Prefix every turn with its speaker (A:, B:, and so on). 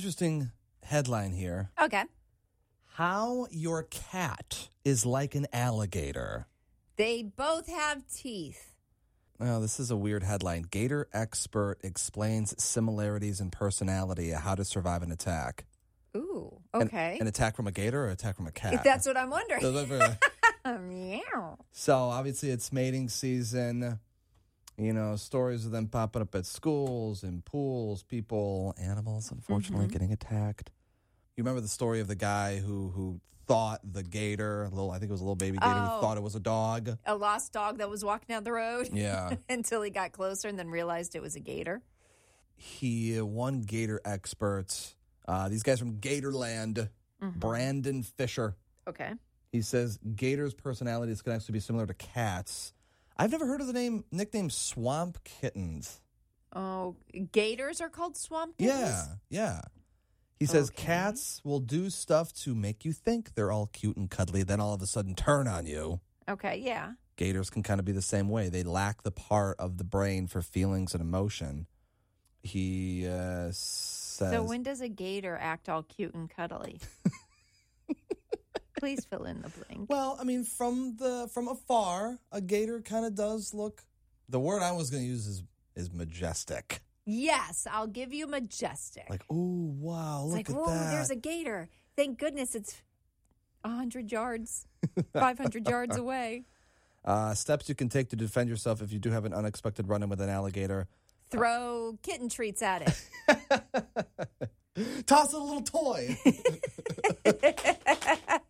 A: Interesting headline here.
B: Okay.
A: How your cat is like an alligator.
B: They both have teeth.
A: Well, this is a weird headline. Gator expert explains similarities in personality, how to survive an attack.
B: Ooh.
A: An-
B: Okay.
A: An, attack from a gator or attack from a cat?
B: That's what I'm wondering. Meow.
A: so obviously it's mating season. You know, stories of them popping up at schools and pools, people, animals, unfortunately, getting attacked. You remember the story of the guy who who thought the gator, little I think it was a little baby gator, who
B: Oh.
A: thought it was a dog.
B: A lost dog that was walking down the road
A: Yeah.
B: until he got closer and then realized it was a gator.
A: he uh, one gator expert uh, these guys from gatorland brandon fisher
B: Okay.
A: he says gators personalities can actually be similar to cats i've never heard of the name nickname swamp kittens
B: Oh, gators are called swamp kittens?
A: yeah yeah he says
B: Okay.
A: cats will do stuff to make you think they're all cute and cuddly then all of a sudden turn on you
B: Okay, yeah.
A: gators can kind of be the same way they lack the part of the brain for feelings and emotion he uh, says
B: So when does a gator act all cute and cuddly? Please fill in the blank.
A: Well, I mean, from the from afar, a gator kind of does look. The word I was going to use is is majestic.
B: Yes, I'll give you majestic.
A: Like, oh wow,
B: it's
A: look
B: like,
A: at
B: whoa,
A: that.
B: there's a gator. Thank goodness it's 100 yards, 500 yards away.
A: uh, steps you can take to defend yourself if you do have an unexpected run-in with an alligator.
B: Throw kitten treats at it.
A: Toss it a little toy.